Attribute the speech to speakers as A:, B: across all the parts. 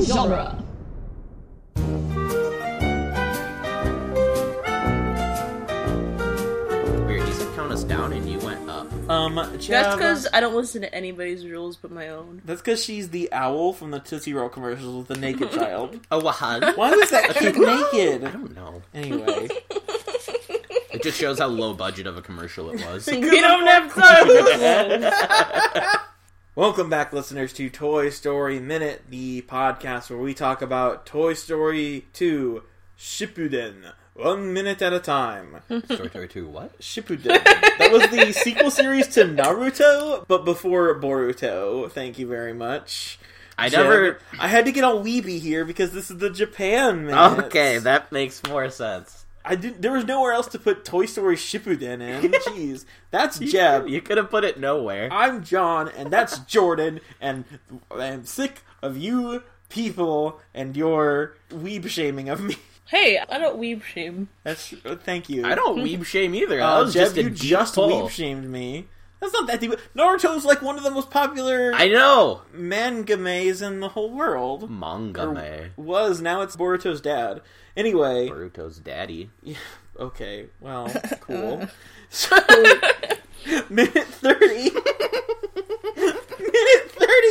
A: genre.
B: Weird, you said count us down and you went up.
C: Um,
D: That's
C: Chava-
D: because I don't listen to anybody's rules but my own.
C: That's because she's the owl from the Tootsie Roll commercials with the naked child.
B: Oh, what?
C: Why was that kid
B: I
C: naked?
B: don't know.
C: Anyway,
B: It just shows how low budget of a commercial it was.
D: We don't have time.
C: welcome back, listeners, to Toy Story Minute, the podcast where we talk about Toy Story 2 Shippuden, one minute at a time.
B: Story Story 2, what?
C: Shippuden. that was the sequel series to Naruto, but before Boruto. Thank you very much.
B: I never.
C: Jeb. I had to get all weeby here because this is the Japan minute.
B: Okay, that makes more sense.
C: I did. There was nowhere else to put Toy Story Shippuden in. Jeez, that's Jeb.
B: You could have put it nowhere.
C: I'm John, and that's Jordan, and I'm sick of you people and your weeb shaming of me.
D: hey, I don't weep shame.
C: That's uh, thank you.
B: I don't weeb shame either. That
C: Uh,
B: was
C: Jeb,
B: just a
C: you
B: deep
C: just
B: pull.
C: weeb shamed me. That's not that deep. Naruto's like one of the most popular
B: I know.
C: mangames in the whole world.
B: Manga
E: Er,
B: me.
C: Was now it's Boruto's dad. Anyway,
B: Boruto's daddy.
C: Okay, well, cool. So, minute 30. minute 30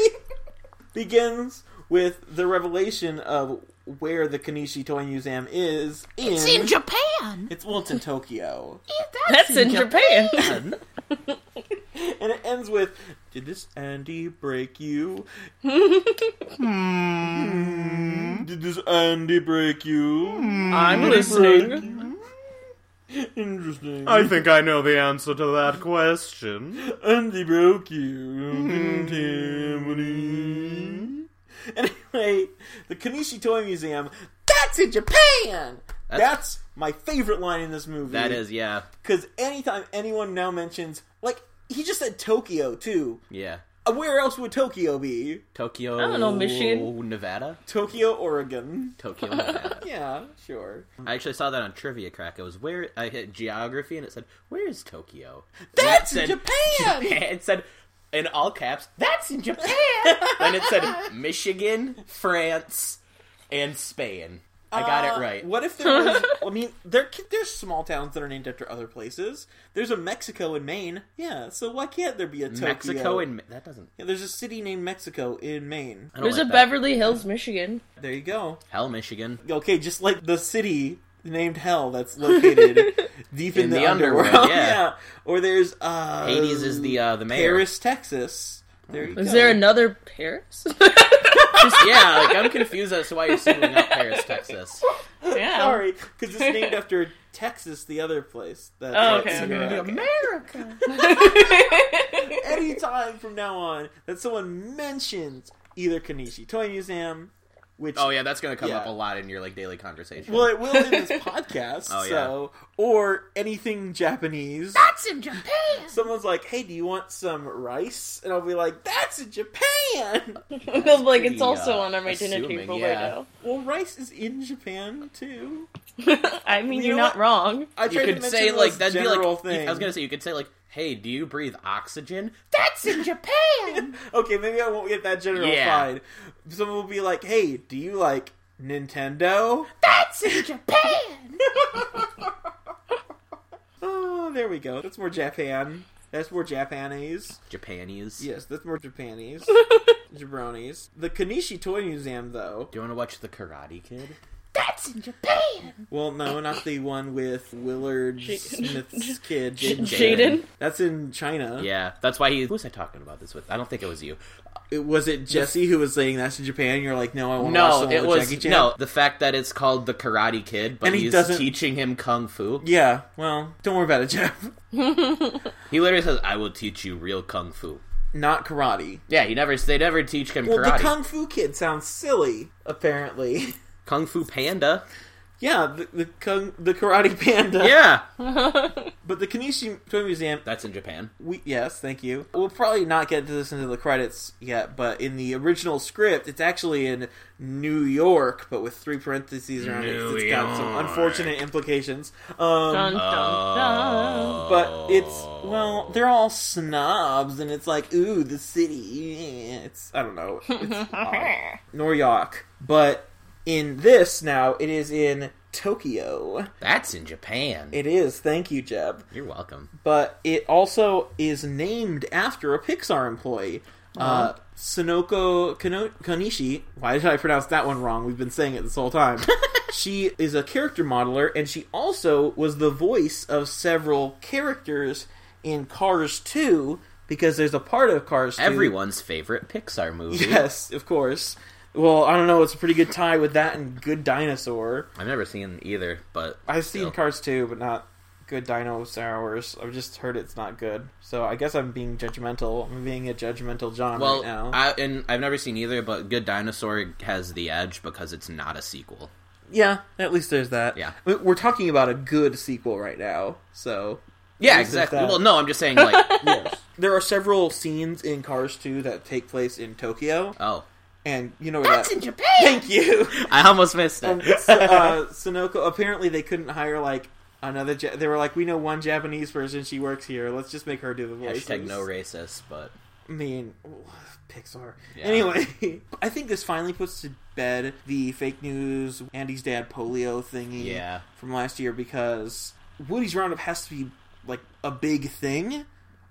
C: begins with the revelation of where the Kanishi Toy Museum is in. It's in Japan! It's, well, it's in Tokyo.
D: That's in Japan.
C: and it ends with Did this Andy break you? Hmm. Did this Andy break you?
D: I'm listening.
C: Interesting.
E: I think I know the answer to that question.
C: Andy broke you.
B: Hmm.
C: Timothy. anyway, the Kanishi Toy Museum. That's in Japan. That's, my favorite line in this movie.
B: That is, yeah.
C: because anytime anyone now mentions, like he just said Tokyo too.
B: Yeah.
C: Uh, Where else would Tokyo be?
B: Tokyo.
D: I don't know, Michigan.
B: Nevada?
C: Tokyo, Oregon.
B: Tokyo, Nevada.
C: Yeah, sure.
B: I actually saw that on Trivia Crack. It was where I hit geography and it said, Where is Tokyo? And it
C: That's
B: said,
C: in Japan.
B: It said, in all caps, That's in Japan. and it said, Michigan, France, and Spain. I got it
C: Uh,
B: right.
C: What if there was? I mean, there c- there's small towns that are named after other places. There's a Mexico in Maine. Yeah, so why can't there be a Tokyo?
B: Mexico and. Mi- That doesn't.
C: Yeah, there's a city named Mexico in Maine.
B: I don't
D: There's a
B: like that.
D: Beverly Hills, Michigan.
C: There you go.
B: Hell, Michigan.
C: Okay, just like the city named Hell that's located deep in,
B: In
C: the,
B: the
C: underworld.
B: underworld, yeah.
C: Or there's uh
B: Hades is the uh, the mayor.
C: Paris, Texas. There you
D: Is
C: go.
D: there another Paris?
B: yeah, like I'm confused as to why you're singling out Paris, Texas.
D: yeah.
C: Sorry, because it's named after Texas, the other place. That's
D: Oh, okay,
C: that's in
D: okay,
C: America. Anytime from now on that someone mentions either Kanishi Toy Museum, which
B: Oh yeah, that's gonna come
C: Yeah.
B: up a lot in your like daily conversation.
C: Well, it will in this podcast.
B: Oh, yeah.
C: So, or anything Japanese. That's in Japan. Someone's like, "Hey, do you want some rice?" And I'll be like, "That's in Japan."
D: I'm like,
B: pretty,
D: it's also
B: uh,
D: on our dinner
B: assuming,
D: table
B: yeah.
D: right
C: well, rice is in Japan too.
D: now. I mean,
C: You
D: you're
C: know
D: not
C: what?
D: wrong.
C: I
B: you
C: tried to
B: could
C: mention
B: say like
C: this
B: that'd be like
C: general
B: you-
C: thing.
B: I was gonna say you could say like, hey, do you breathe oxygen?
C: okay, maybe I won't get that general.
B: Yeah.
C: Fine. Someone will be like, "Hey, do you like Nintendo?"
B: That's in Japan.
C: Oh, there we go. That's more Japan. That's more Japanese.
B: Japanese.
C: Yes, that's more Japanese. Jabronis. The Kanishi Toy Museum, though,
B: Do you want to watch the Karate Kid?
C: Well, no, not the one with Willard Smith's kid, Jaden.
B: J-
D: Jaden?
C: That's in China.
B: Yeah, that's why he. Who was I talking about this with? I don't think it was you.
C: It, was it Jesse who was saying that's in Japan? You're like, no, I want to watch
B: No,
C: the one
B: it
C: with
B: was
C: Jackie Chan.
B: no. The fact that it's called the Karate Kid, but
C: And he
B: he's
C: doesn't-
B: teaching him kung fu.
C: Yeah, well, don't worry about it, Jeff.
B: He literally says, "I will teach you real kung fu."
C: Not karate.
B: Yeah, he never. They never teach him
C: Well,
B: karate.
C: the Kung Fu Kid sounds silly, apparently.
B: Kung Fu Panda.
C: yeah, the the, kung, the Karate Panda.
B: Yeah,
C: But the Kanishi Toy Museum
B: that's in Japan.
C: We yes, thank you. We'll probably not get to this into the credits yet, but in the original script, it's actually in New York, but with three parentheses around it.
E: New
C: It's got some
E: York.
C: unfortunate implications. Um,
D: Dun, dun, dun.
C: but it's well, they're all snobs, and it's like, ooh, the city. yeah, It's I don't know. It's odd. Noryak. But in this now, it is in Tokyo.
B: That's in Japan.
C: It is. Thank you, Jeb.
B: You're welcome.
C: But it also is named after a Pixar employee. Uh, Sonoko Kono- Konishi. Why did I pronounce that one wrong? We've been saying it this whole time. she is a character modeler, and she also was the voice of several characters in Cars 2, because there's a part of Cars 2
B: Everyone's favorite Pixar movie.
C: Yes, of course. Well, I don't know. It's a pretty good tie with that and Good Dinosaur.
B: I've never seen either, but
C: I've seen
B: still.
C: Cars 2, but not Good Dinosaurs. I've just heard it's not good. So I guess I'm being judgmental. I'm being a judgmental John
B: Well,
C: right now.
B: I, and I've never seen either, but Good Dinosaur has the edge because it's not a sequel.
C: yeah, at least there's that.
B: Yeah.
C: We- We're talking about a good sequel right now, so.
B: Yeah,
C: This is
B: exactly.
C: that.
B: Well, no, I'm just saying like,
C: Yes. there are several scenes in Cars 2 that take place in Tokyo,
B: oh,
C: and you know where that.
B: Japan.
C: Thank you!
B: I almost missed
C: and
B: it.
C: so- uh, Sunoco apparently they couldn't hire like another. Ja- they were like, we know one Japanese person. She works here. Let's just make her do the voice.
B: Hashtag no racist, but
C: I mean, ugh, Pixar.
B: Yeah.
C: Anyway, I think this finally puts to bed the fake news Andy's dad polio thingy
B: yeah,
C: from last year because Woody's Roundup has to be like a big thing.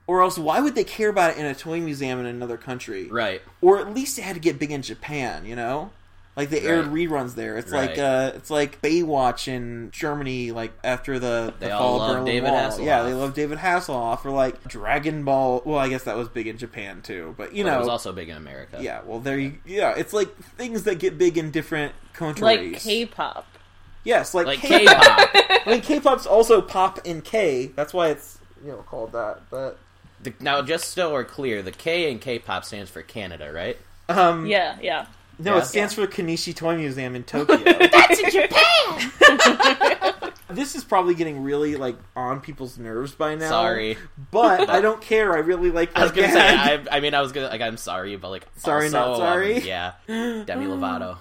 C: Or else, why would they care about it in a toy museum in another country?
B: right.
C: or at least it had to get big in Japan, you know? Like they aired
B: Right.
C: reruns there. It's
B: Right.
C: like uh it's like Baywatch in Germany, like after the, the
B: They all
C: fall
B: love
C: of Berlin
B: David
C: Wall.
B: Hasselhoff.
C: Yeah, they love David Hasselhoff or like Dragon Ball. Well, I guess that was big in Japan too, but you
B: But it was
C: know,
B: also big in America.
C: yeah. Well, there you yeah. It's like things that get big in different countries.
D: Like K-pop.
C: yes, like,
B: like
C: K.
B: K-pop.
C: I mean, K-pop's also pop in K. That's why it's you know called that. But
B: The- now, just so we're clear, the K in K-pop stands for Canada, right?
C: um,
D: Yeah, yeah.
C: no,
B: Yeah.
C: it stands for Kanishi Toy Museum in Tokyo.
D: That's in Japan.
C: this is probably getting really like on people's nerves by now.
B: Sorry,
C: but I don't care. I really like. That
B: I was gonna say.
C: gag.
B: I, I mean, I was gonna like, I'm sorry, but like,
C: Sorry,
B: also,
C: not sorry.
B: um, yeah, Demi Lovato.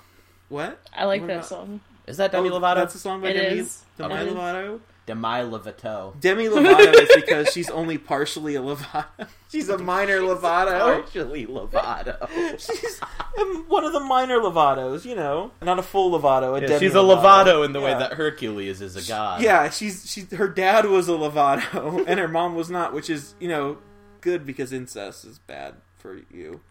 C: what?
D: I like
C: What
D: that
C: about-
D: song.
B: Is that Demi
C: Oh,
B: Lovato?
C: That's a song by
D: It
C: Demi,
D: is.
C: Demi
B: Okay.
C: Lovato.
B: Demi Lovato.
C: Demi Lovato is because she's only partially a Lovato. She's a minor Lovato.
B: Partially Lovato.
C: She's um, one of the minor Lovatos, you know, not a full Lovato. A Demi
B: she's a
C: Lovato,
B: Lovato in the way
C: Yeah.
B: that Hercules is a god.
C: Yeah, she's she. Her dad was a Lovato, and her mom was not, which is you know good because incest is bad for you.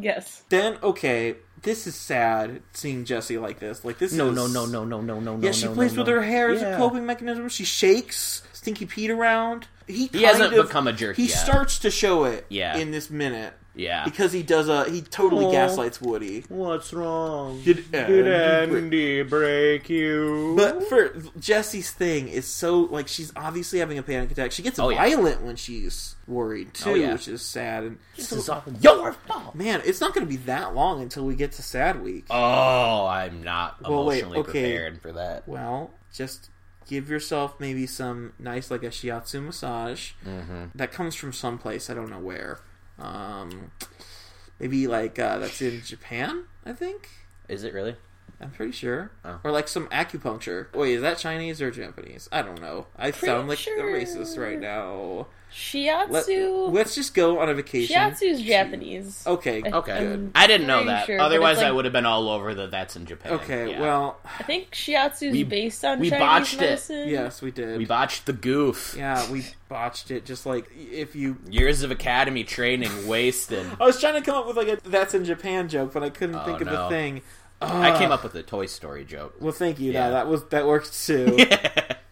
D: Yes.
C: Then okay, this is sad seeing Jesse like this. Like this.
B: No,
C: is...
B: no, no, no, no, no, no.
C: Yeah, she
B: no,
C: plays
B: no,
C: with
B: no.
C: her hair as
B: Yeah.
C: a coping mechanism. She shakes Stinky Pete around. He,
B: He
C: kind
B: hasn't
C: of-
B: become a jerk
C: He
B: yet.
C: starts to show it.
B: Yeah.
C: in this minute
B: yeah.
C: because he does a he totally
E: Aw.
C: gaslights Woody.
E: What's wrong?
C: Did
E: Did
C: Andy break-
E: Andy break you?
C: But for Jesse's thing is so like she's obviously having a panic attack. She gets
B: Oh, yeah.
C: violent when she's worried too,
B: Oh, yeah.
C: which is sad. And
B: this is all your fault.
C: man, it's not going to be that long until we get to Sad Week.
B: Oh, I'm not
C: Well, wait,
B: emotionally
C: okay.
B: prepared for that.
C: Well, just give yourself maybe some nice, like a shiatsu massage
B: Mm-hmm.
C: that comes from someplace I don't know where. Um, maybe like uh, that's in Japan, I think.
B: Is it really?
C: I'm pretty sure,
B: Oh.
C: or like some acupuncture. Wait, is that Chinese or Japanese? I don't know. I sound like a
D: sure.
C: racist right now. Let,
D: Shiatsu.
C: let's just go on a vacation.
D: Shiatsu's Japanese.
C: Okay.
D: I-
B: Okay.
D: I'm
B: I didn't know
D: pretty
B: that.
D: sure, but
B: Otherwise,
D: it's like-
B: I would have been all over the that's in Japan.
C: Okay.
B: Yeah.
C: Well,
D: I think Shiatsu's
B: We-
D: based on
B: we
D: Chinese
B: botched it.
D: medicine.
C: yes, we did.
B: we botched the goof.
C: yeah, we botched it. Just like if you
B: Years of academy training wasted.
C: I was trying to come up with like a "That's in Japan" joke, but I couldn't
B: Oh,
C: think of
B: no.
C: a thing.
B: I
C: Ugh.
B: came up with a Toy Story joke.
C: Well, thank you.
B: Yeah.
C: No, that was that worked too.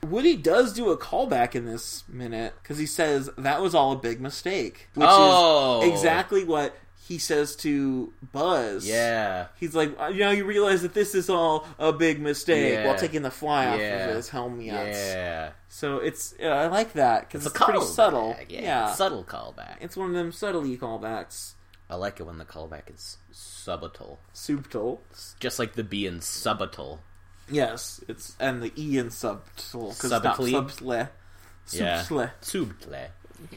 C: Woody does do a callback in this minute because he says that was all a big mistake, which
B: Oh.
C: is exactly what he says to Buzz.
B: yeah.
C: He's like, "Uh, you know, you realize that this is all a big mistake
B: Yeah.
C: while taking the fly off
B: Yeah.
C: of his helmet.
B: Yeah.
C: So it's, uh, I like that because
B: It's a
C: it's, pretty
B: callback,
C: subtle.
B: Yeah.
C: yeah.
B: Subtle callback.
C: It's one of them subtlety callbacks.
B: I like it when the callback is subtle.
C: Subtle.
B: It's just like the B in subtle.
C: Yes, it's and the e in subtle because not
B: Subtly?
C: subtle.
B: Yeah.
C: Subtle.
B: Subtle.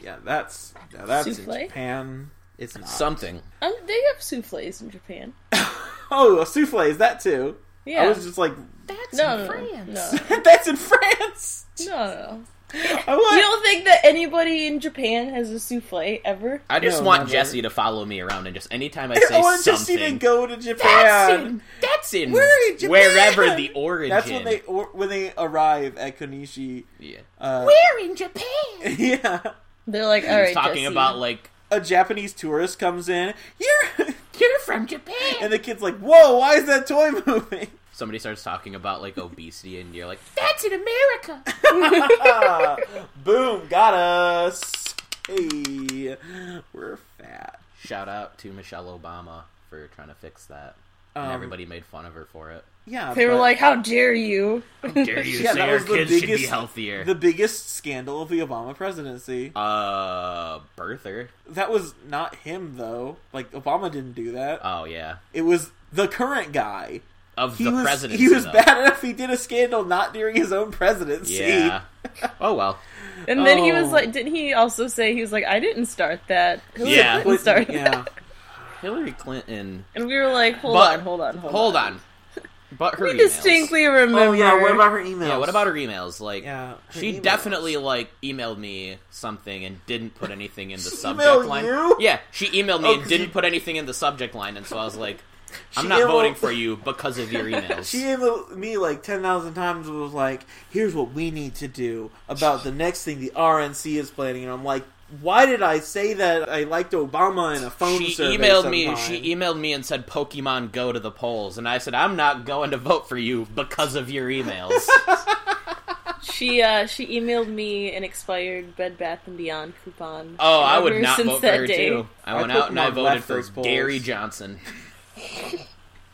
C: Yeah, that's now that's in
D: Souffle?
C: Japan. It's not.
B: Something.
D: Um, they have souffles in Japan.
C: oh, a souffle is that too?
D: Yeah.
C: I was just like,
B: That's
D: no, no, no, no,
C: that's in France.
D: no, no, no.
C: I want.
D: You don't think that anybody in Japan has a souffle ever?
B: I just
C: No,
B: want
C: never.
B: Jesse to follow me around and just anytime I
C: I
B: say
C: want to see them
B: something,
C: go to
B: that's
C: Japan.
B: in, that's in,
C: We're in Japan!
B: wherever the origin.
C: That's when they or, when they arrive at Konishi.
B: yeah.
C: Uh,
B: We're in Japan.
C: yeah,
D: They're like, all right,
B: talking
D: Jesse.
B: about like
C: a Japanese tourist comes in. You're,
B: you're from Japan.
C: and the kid's like, "Whoa, why is that toy moving?"
B: Somebody starts talking about like obesity, and you're like, that's in America.
C: Ah, Boom, got us. Hey, we're fat.
B: Shout out to Michelle Obama for trying to fix that. And
C: Um,
B: everybody made fun of her for it.
C: Yeah,
D: They were
C: but
D: like, how dare you?
B: Dare you
C: Yeah,
B: say
C: that
B: our
C: was the
B: kids should be
C: biggest-
B: healthier?
C: the biggest scandal of the Obama presidency.
B: Uh, birther.
C: That was not him though. Like Obama didn't do that.
B: Oh yeah,
C: It was the current guy.
B: of
C: He
B: the
C: was
B: presidency.
C: he was
B: though.
C: bad enough he did a scandal not during his own presidency.
B: Yeah. oh well.
D: And then he was
C: Oh.
D: like, didn't he also say, he was like, I didn't start that. Hillary
B: Yeah.
D: Clinton
C: But-
D: started
C: yeah.
D: that.
B: Hillary Clinton.
D: And we were like, hold
B: But-
D: on, hold on, hold,
B: Hold on. But her
D: We
B: emails.
D: distinctly remember.
C: Oh yeah. What about her email?
B: Yeah. What about her emails? Like.
C: Yeah, her
B: She
C: emails.
B: definitely like emailed me something and didn't put anything in the
C: She
B: subject
C: emailed
B: line.
C: you?
B: Yeah, she emailed me
C: Oh,
B: and
C: 'cause
B: didn't
C: you-
B: put anything in the subject line, and so I was like, "I'm
C: She
B: not
C: emailed-
B: voting for you because of your emails."
C: She emailed me like ten thousand times. and Was like, "Here's what we need to do about the next thing the RNC is planning," and I'm like, "Why did I say that? I liked Obama in a phone
B: She
C: survey."
B: emailed me.
C: sometime.
B: She e- emailed me and said, "Pokemon Go to the polls," and I said, "I'm not going to vote for you because of your emails."
D: She uh, she emailed me an expired Bed Bath and Beyond coupon.
B: oh, I
D: Ever
B: would not
D: since
B: vote for
D: that
B: her
D: day.
B: too. I
C: Our
B: went out and I
C: Pokemon
B: voted
C: left
B: for
C: those polls.
B: Gary Johnson.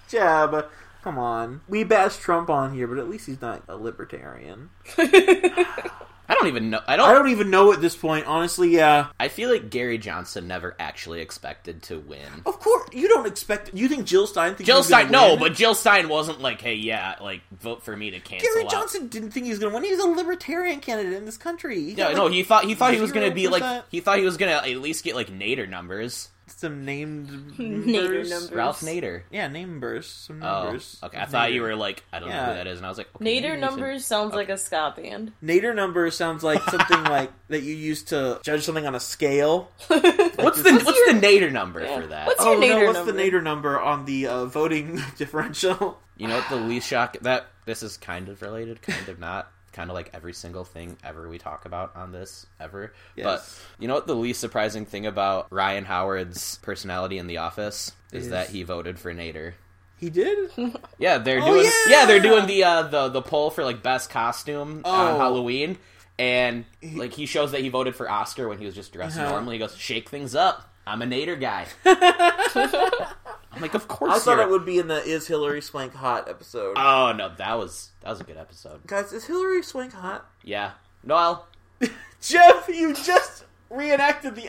C: Jeb, come on. We bash Trump on here, but at least he's not a libertarian.
B: I don't even know. I
C: I
B: don't.
C: don't even know at this point, honestly. Yeah,
B: I feel like Gary Johnson never actually expected to win.
C: of course you don't expect. You think Jill Stein? Thinks
B: Jill
C: he's Oh, gonna
B: Stein, no,
C: win?
B: but Jill Stein wasn't like, "Hey, yeah, like vote for me to cancel
C: Gary
B: out."
C: Johnson didn't think he was going to win. He's a libertarian candidate in this country. He
B: No,
C: got,
B: no,
C: like,
B: he thought he thought he was gonna be like
C: 0%.
B: he thought he was gonna at least get like Nader numbers.
C: some named
D: Nader
C: numbers.
D: numbers.
B: Ralph Nader.
C: Yeah, name burst. Some
B: Oh,
C: numbers.
B: okay. I thought you
C: Nader.
B: were like, I don't know
C: Yeah.
B: who that is, and I was like, okay, maybe we
D: Nader
B: should-
D: numbers sounds like a ska band.
C: Nader number sounds like something like that you use to judge something on a scale.
B: What's the what's the Nader number for that?
D: What's
C: oh
D: your Nader
C: no, what's the
D: number?
C: Nader number on the uh, voting differential?
B: You know what the least shock that this is kind of related, kind of not, kind of like every single thing ever we talk about on this ever.
C: Yes.
B: But you know what the least surprising thing about Ryan Howard's personality in The Office is
C: Is-
B: that he voted for Nader.
C: He did.
B: Yeah, they're
C: Oh,
B: doing yeah!
C: yeah!
B: they're doing the uh the, the poll for like best costume on
C: Oh.
B: Halloween and like he shows that he voted for Oscar when he was just dressed
C: Uh-huh.
B: normally. He goes, Shake things up. I'm a Nader guy. I'm like, of course.
C: I thought
B: you're-
C: it would be in the "Is Hillary Swank Hot" episode.
B: Oh no, that was that was a good episode.
C: Guys, is Hillary Swank hot?
B: Yeah. Noel.
C: Jeff, you just reenacted the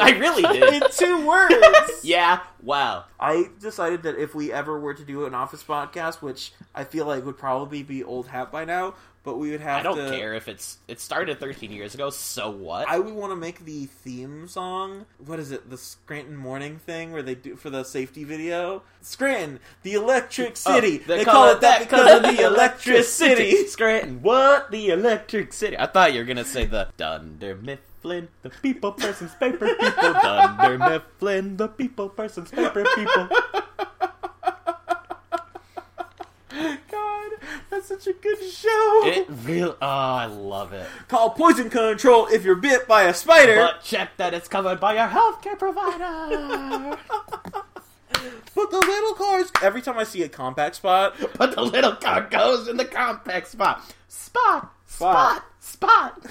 B: I really did.
C: two words.
B: yeah, wow.
C: I decided that if we ever were to do an office podcast, which I feel like would probably be old hat by now, but we would have
B: I don't
C: to.
B: care if it's it started thirteen years ago, so what?
C: I would want to make the theme song. What is it? The Scranton Morning thing where they do for the safety video. Scranton, the Electric
B: Oh,
C: City. Oh, they, call, it that because of the electricity.
B: Scranton, what? The electric city. I thought you were going to say the Dunder Mifflin, the people persons paper people. Dunder Mifflin, the people persons paper people.
C: Oh God, that's such a good show.
B: It real. Oh, I love it.
C: Call poison control if you're bit by a spider.
B: But check that it's covered by your healthcare provider.
C: Put the little cars. Every time I see a compact spot,
B: Put the little car goes in the compact spot. Spot, spot,
C: Spot.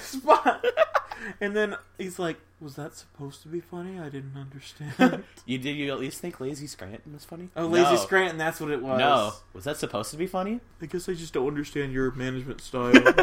B: spot.
C: spot. and then he's like, "Was that supposed to be funny? I didn't understand."
B: You did you at least think Lazy Scranton was funny?
C: oh, lazy
B: No.
C: Scranton. That's what it was.
B: No, was that supposed to be funny?
C: I guess I just don't understand your management style.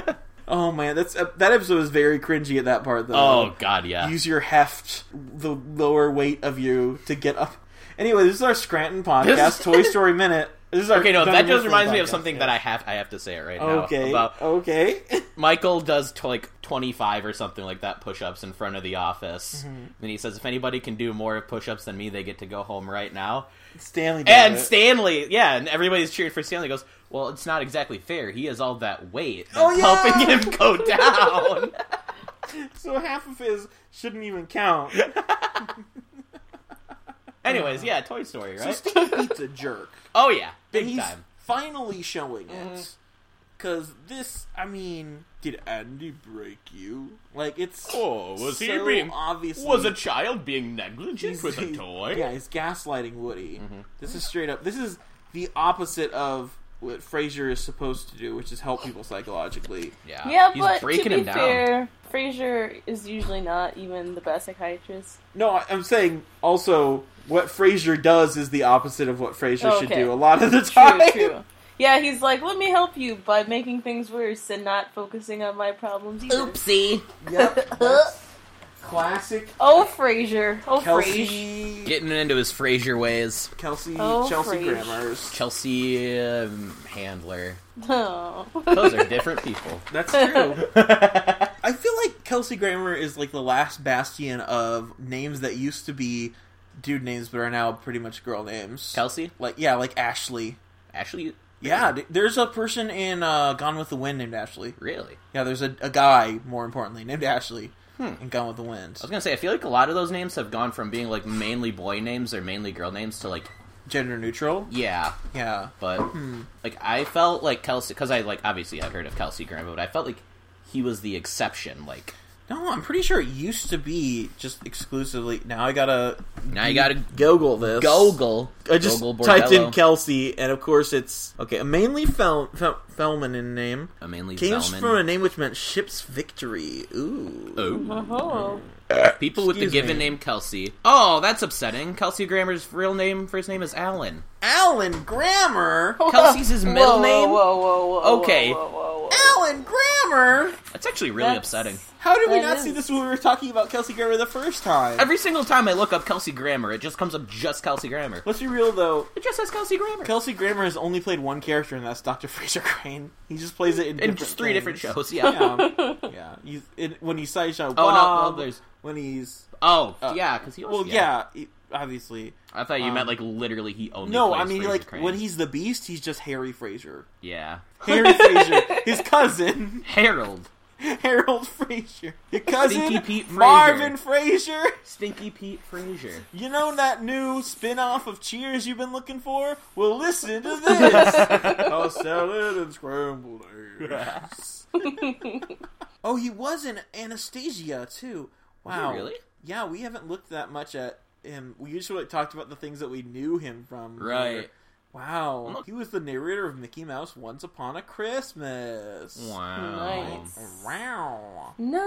C: oh man, that's uh, that episode is very cringy at that part though.
B: Oh God, yeah.
C: use your heft, the lower weight of you to get up. Anyway, this is our Scranton
B: This-
C: podcast, Toy Story Minute. This is our
B: Okay, no,
C: Dunder
B: that just
C: Mifflin
B: reminds me of
C: podcast.
B: something that I have I have to say it right now
C: Okay.
B: about
C: okay.
B: Michael does to like 25 or something like that push-ups in front of the office. And then he says, if anybody can do more push-ups than me, they get to go home right now.
C: Stanley. does
B: And
C: it.
B: Stanley, yeah, and everybody's cheering for Stanley. Goes, well, it's not exactly fair. He has all that weight. That's
C: Oh, yeah!
B: helping him go down.
C: so half of his shouldn't even count.
B: Anyways, yeah, Toy Story,
C: So
B: right?
C: Steve beats a jerk.
B: oh yeah,
C: and
B: big
C: he's
B: time. Mm-hmm.
C: finally showing it. Because this, I mean, did Andy break you? Like it's
B: Oh,
C: so obviously
B: child being negligent
C: he's- Yeah, he's gaslighting Woody.
B: Mm-hmm.
C: This is straight up. This is the opposite of what Frasier is supposed to do, which is help people psychologically.
B: Yeah,
D: yeah,
B: Uh, he's
D: but
B: breaking
D: to be
B: him down.
D: fair, Frasier is usually not even the best psychiatrist.
C: No, I- I'm saying also what Frasier does is the opposite of what Frasier
D: Oh,
C: should
D: okay.
C: do a lot of the time.
D: True, true. Yeah, he's like, let me help you by making things worse and not focusing on my problems either.
B: Oopsie.
C: Yep, that's classic
D: Oh, Frasier. Oh, Frasier.
C: Kelsey.
B: Getting into his Frasier ways.
C: Kelsey
D: Oh,
C: Chelsea
D: Frasier.
C: Grammars.
B: Chelsea um, Handler.
D: Oh.
B: Those are different people.
C: That's true. I feel like Kelsey Grammer is like the last bastion of names that used to be dude names but are now pretty much girl names.
B: Kelsey,
C: like yeah, like Ashley.
B: Ashley,
C: Yeah, d- there's a person in uh, Gone with the Wind named Ashley.
B: really?
C: Yeah, there's a, a guy more importantly named Ashley
B: Hmm.
C: in Gone with the Wind.
B: I was gonna say, I feel like a lot of those names have gone from being like mainly boy names or mainly girl names to like,
C: Gender neutral.
B: yeah,
C: Yeah.
B: but
C: Hmm.
B: like I felt like Kelsey because I like obviously I've heard of Kelsey Grammer, but I felt like he was the exception. Like
C: No, I'm pretty sure it used to be just exclusively. Now I gotta
B: now you gotta
C: Google this.
B: Google.
C: I just
B: Google
C: typed in
B: Bordello.
C: Kelsey, and of course it's okay. A mainly Fel, Fel, Felman in name
B: Uh, mainly
C: came
B: Zelman.
C: from a name which meant ship's victory. Ooh,
B: Ooh.
D: Oh.
B: People with the
C: Excuse
B: given
C: me.
B: name Kelsey. Oh, that's upsetting. Kelsey Grammer's real name, first name is Alan.
C: Alan Grammer.
B: Kelsey's his
D: Whoa,
B: middle
D: whoa,
B: name?
D: Whoa, whoa, whoa.
B: Okay.
D: Whoa, whoa, whoa, whoa.
C: Alan Grammer.
B: That's actually really
D: That's-
B: upsetting.
C: How did we
D: That
C: not
D: is-
C: see this when we were talking about Kelsey Grammer the first time?
B: Every single time I look up Kelsey Grammer, it just comes up just Kelsey Grammer.
C: Let's be real though.
B: It just says Kelsey Grammer.
C: Kelsey Grammer has only played one character, and that's Dr. Fraser Crane. He just plays it in,
B: in just three different
C: things.
B: shows, yeah.
C: Yeah, yeah. He's, in when he's sideshow.
B: no,
C: Bob,
B: well, there's-
C: when he's
B: Oh,
C: Uh,
B: yeah, because he was.
C: well, yeah, he- obviously.
B: I thought you
C: Um,
B: meant like literally he only.
C: No,
B: plays
C: I mean
B: Fraser
C: like
B: Crane.
C: when he's the Beast, he's just Harry Fraser.
B: Yeah,
C: Harry Fraser, his cousin,
B: Harold,
C: Harold Fraser, your cousin,
B: Stinky Pete Fraser.
C: Marvin Fraser.
B: Stinky Pete Fraser.
C: You know that new spin-off of Cheers you've been looking for? Well, listen to this. oh, salad and scrambled eggs. oh, he was in Anastasia too. Wow.
B: really?
C: Yeah, we haven't looked that much at him. We usually talked about the things that we knew him from.
B: Right.
C: Wow. He was the narrator of Mickey Mouse Once Upon a Christmas.
B: Wow.
D: Nice.
C: Wow.
D: Nice.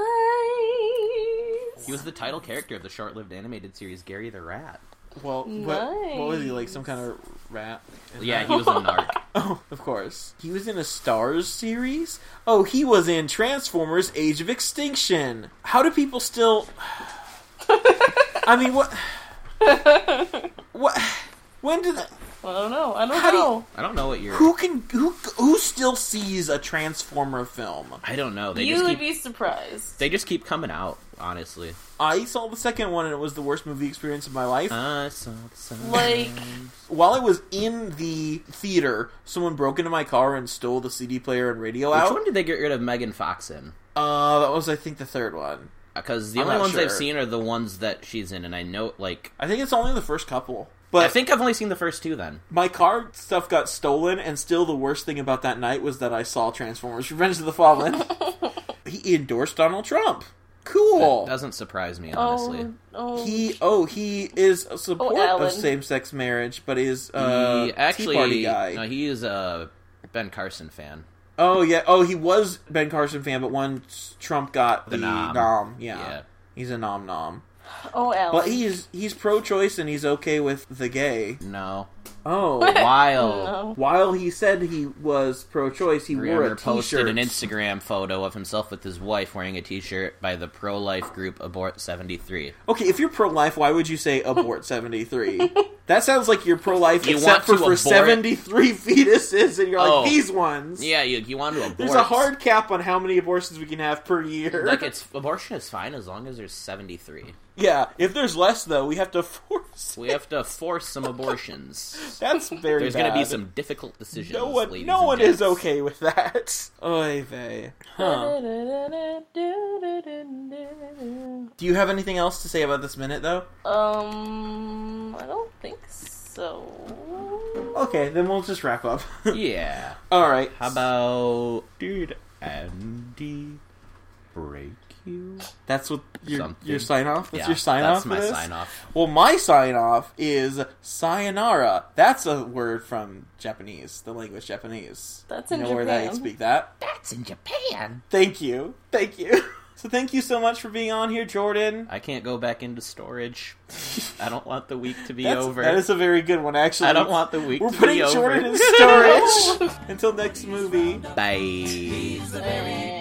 B: He was the title character of the short-lived animated series Gary the Rat.
C: Well, what, what was he like? Some
D: Nice.
C: kind of rat?
B: Yeah, he was a narc.
C: Oh, of course. He was in a Stars series? Oh, he was in Transformers Age of Extinction. How do people still I mean, what what when did the,
D: I don't know. I don't
C: How do you-
D: know.
B: I don't know what you're.
C: who can who who still sees a Transformer film?
B: I don't know. They
D: You,
B: just
D: would
B: keep.
D: be surprised.
B: They just keep coming out. Honestly,
C: I saw the second one and it was the worst movie experience of my life.
B: I saw the sun.
D: Like,
C: While I was in the theater, someone broke into my car and stole the CD player and radio
B: Which
C: out.
B: one did they get rid of Megan Fox in?
C: Uh, that was I think the third one.
B: Because the
C: I'm
B: only
C: not
B: ones I've
C: sure.
B: seen are the ones that she's in, and I know like
C: I think it's only the first couple. But
B: I think I've only seen the first two. Then
C: My car stuff got stolen, and still the worst thing about that night was that I saw Transformers Revenge of the Fallen. he endorsed Donald Trump. Cool.
B: doesn't surprise me honestly.
D: oh, oh.
C: he oh he is a support
D: Oh, Alan.
C: of same sex marriage, but is uh
B: he actually,
C: Tea Party guy.
B: No, he is a Ben Carson fan.
C: oh yeah. Oh he was Ben Carson fan, but once Trump got the,
B: nom.
C: nom, yeah.
B: Yeah.
C: he's a nom nom.
D: oh, Alan.
C: But he's he's pro choice and he's okay with the gay.
B: No,
C: Oh.
B: While
D: No.
C: While he said he was pro-choice, he wore
B: Bremer
C: a T-shirt.
B: posted an Instagram photo of himself with his wife wearing a T-shirt by the pro-life group Abort 73.
C: okay, if you're pro-life, why would you say abort seventy three? that sounds like you're pro-life,
B: You
C: except
B: want
C: for
B: to
C: for
B: abort-
C: seventy three fetuses, and you're like
B: Oh.
C: these ones.
B: Yeah, you, you want to abort.
C: There's a hard cap on how many abortions we can have per year.
B: Like it's abortion is fine as long as there's 73.
C: yeah, if there's less though, we have to force.
B: We have to force some abortions.
C: That's very.
B: There's going to be
C: bad.
B: some difficult decisions.
C: No one,
B: ladies
C: no
B: and
C: one is
B: gents.
C: okay with that. Oy vey. Huh. Do you have anything else to say about this minute, though?
D: Um, I don't think so.
C: Okay, then we'll just wrap up.
B: Yeah.
C: All right.
B: How about
E: Dude,
B: Andy break you?
C: That's what your,
B: Something.
C: your sign off. That's
B: yeah,
C: your sign off.
B: That's my
C: for this?
B: sign off.
C: Well, my sign off is sayonara. That's a word from Japanese, the language Japanese.
D: That's
C: you
D: in
C: know where they
D: Japan.
C: speak that.
B: That's in Japan.
C: Thank you, thank you. So thank you so much for being on here, Jordan.
B: I can't go back into storage. I don't want the week to be
C: That's-
B: over.
C: That is a very good one, actually.
B: I don't want the week
C: We're
B: to
C: putting
B: be
C: Jordan
B: over.
C: in storage until next movie.
B: Bye.
D: Bye.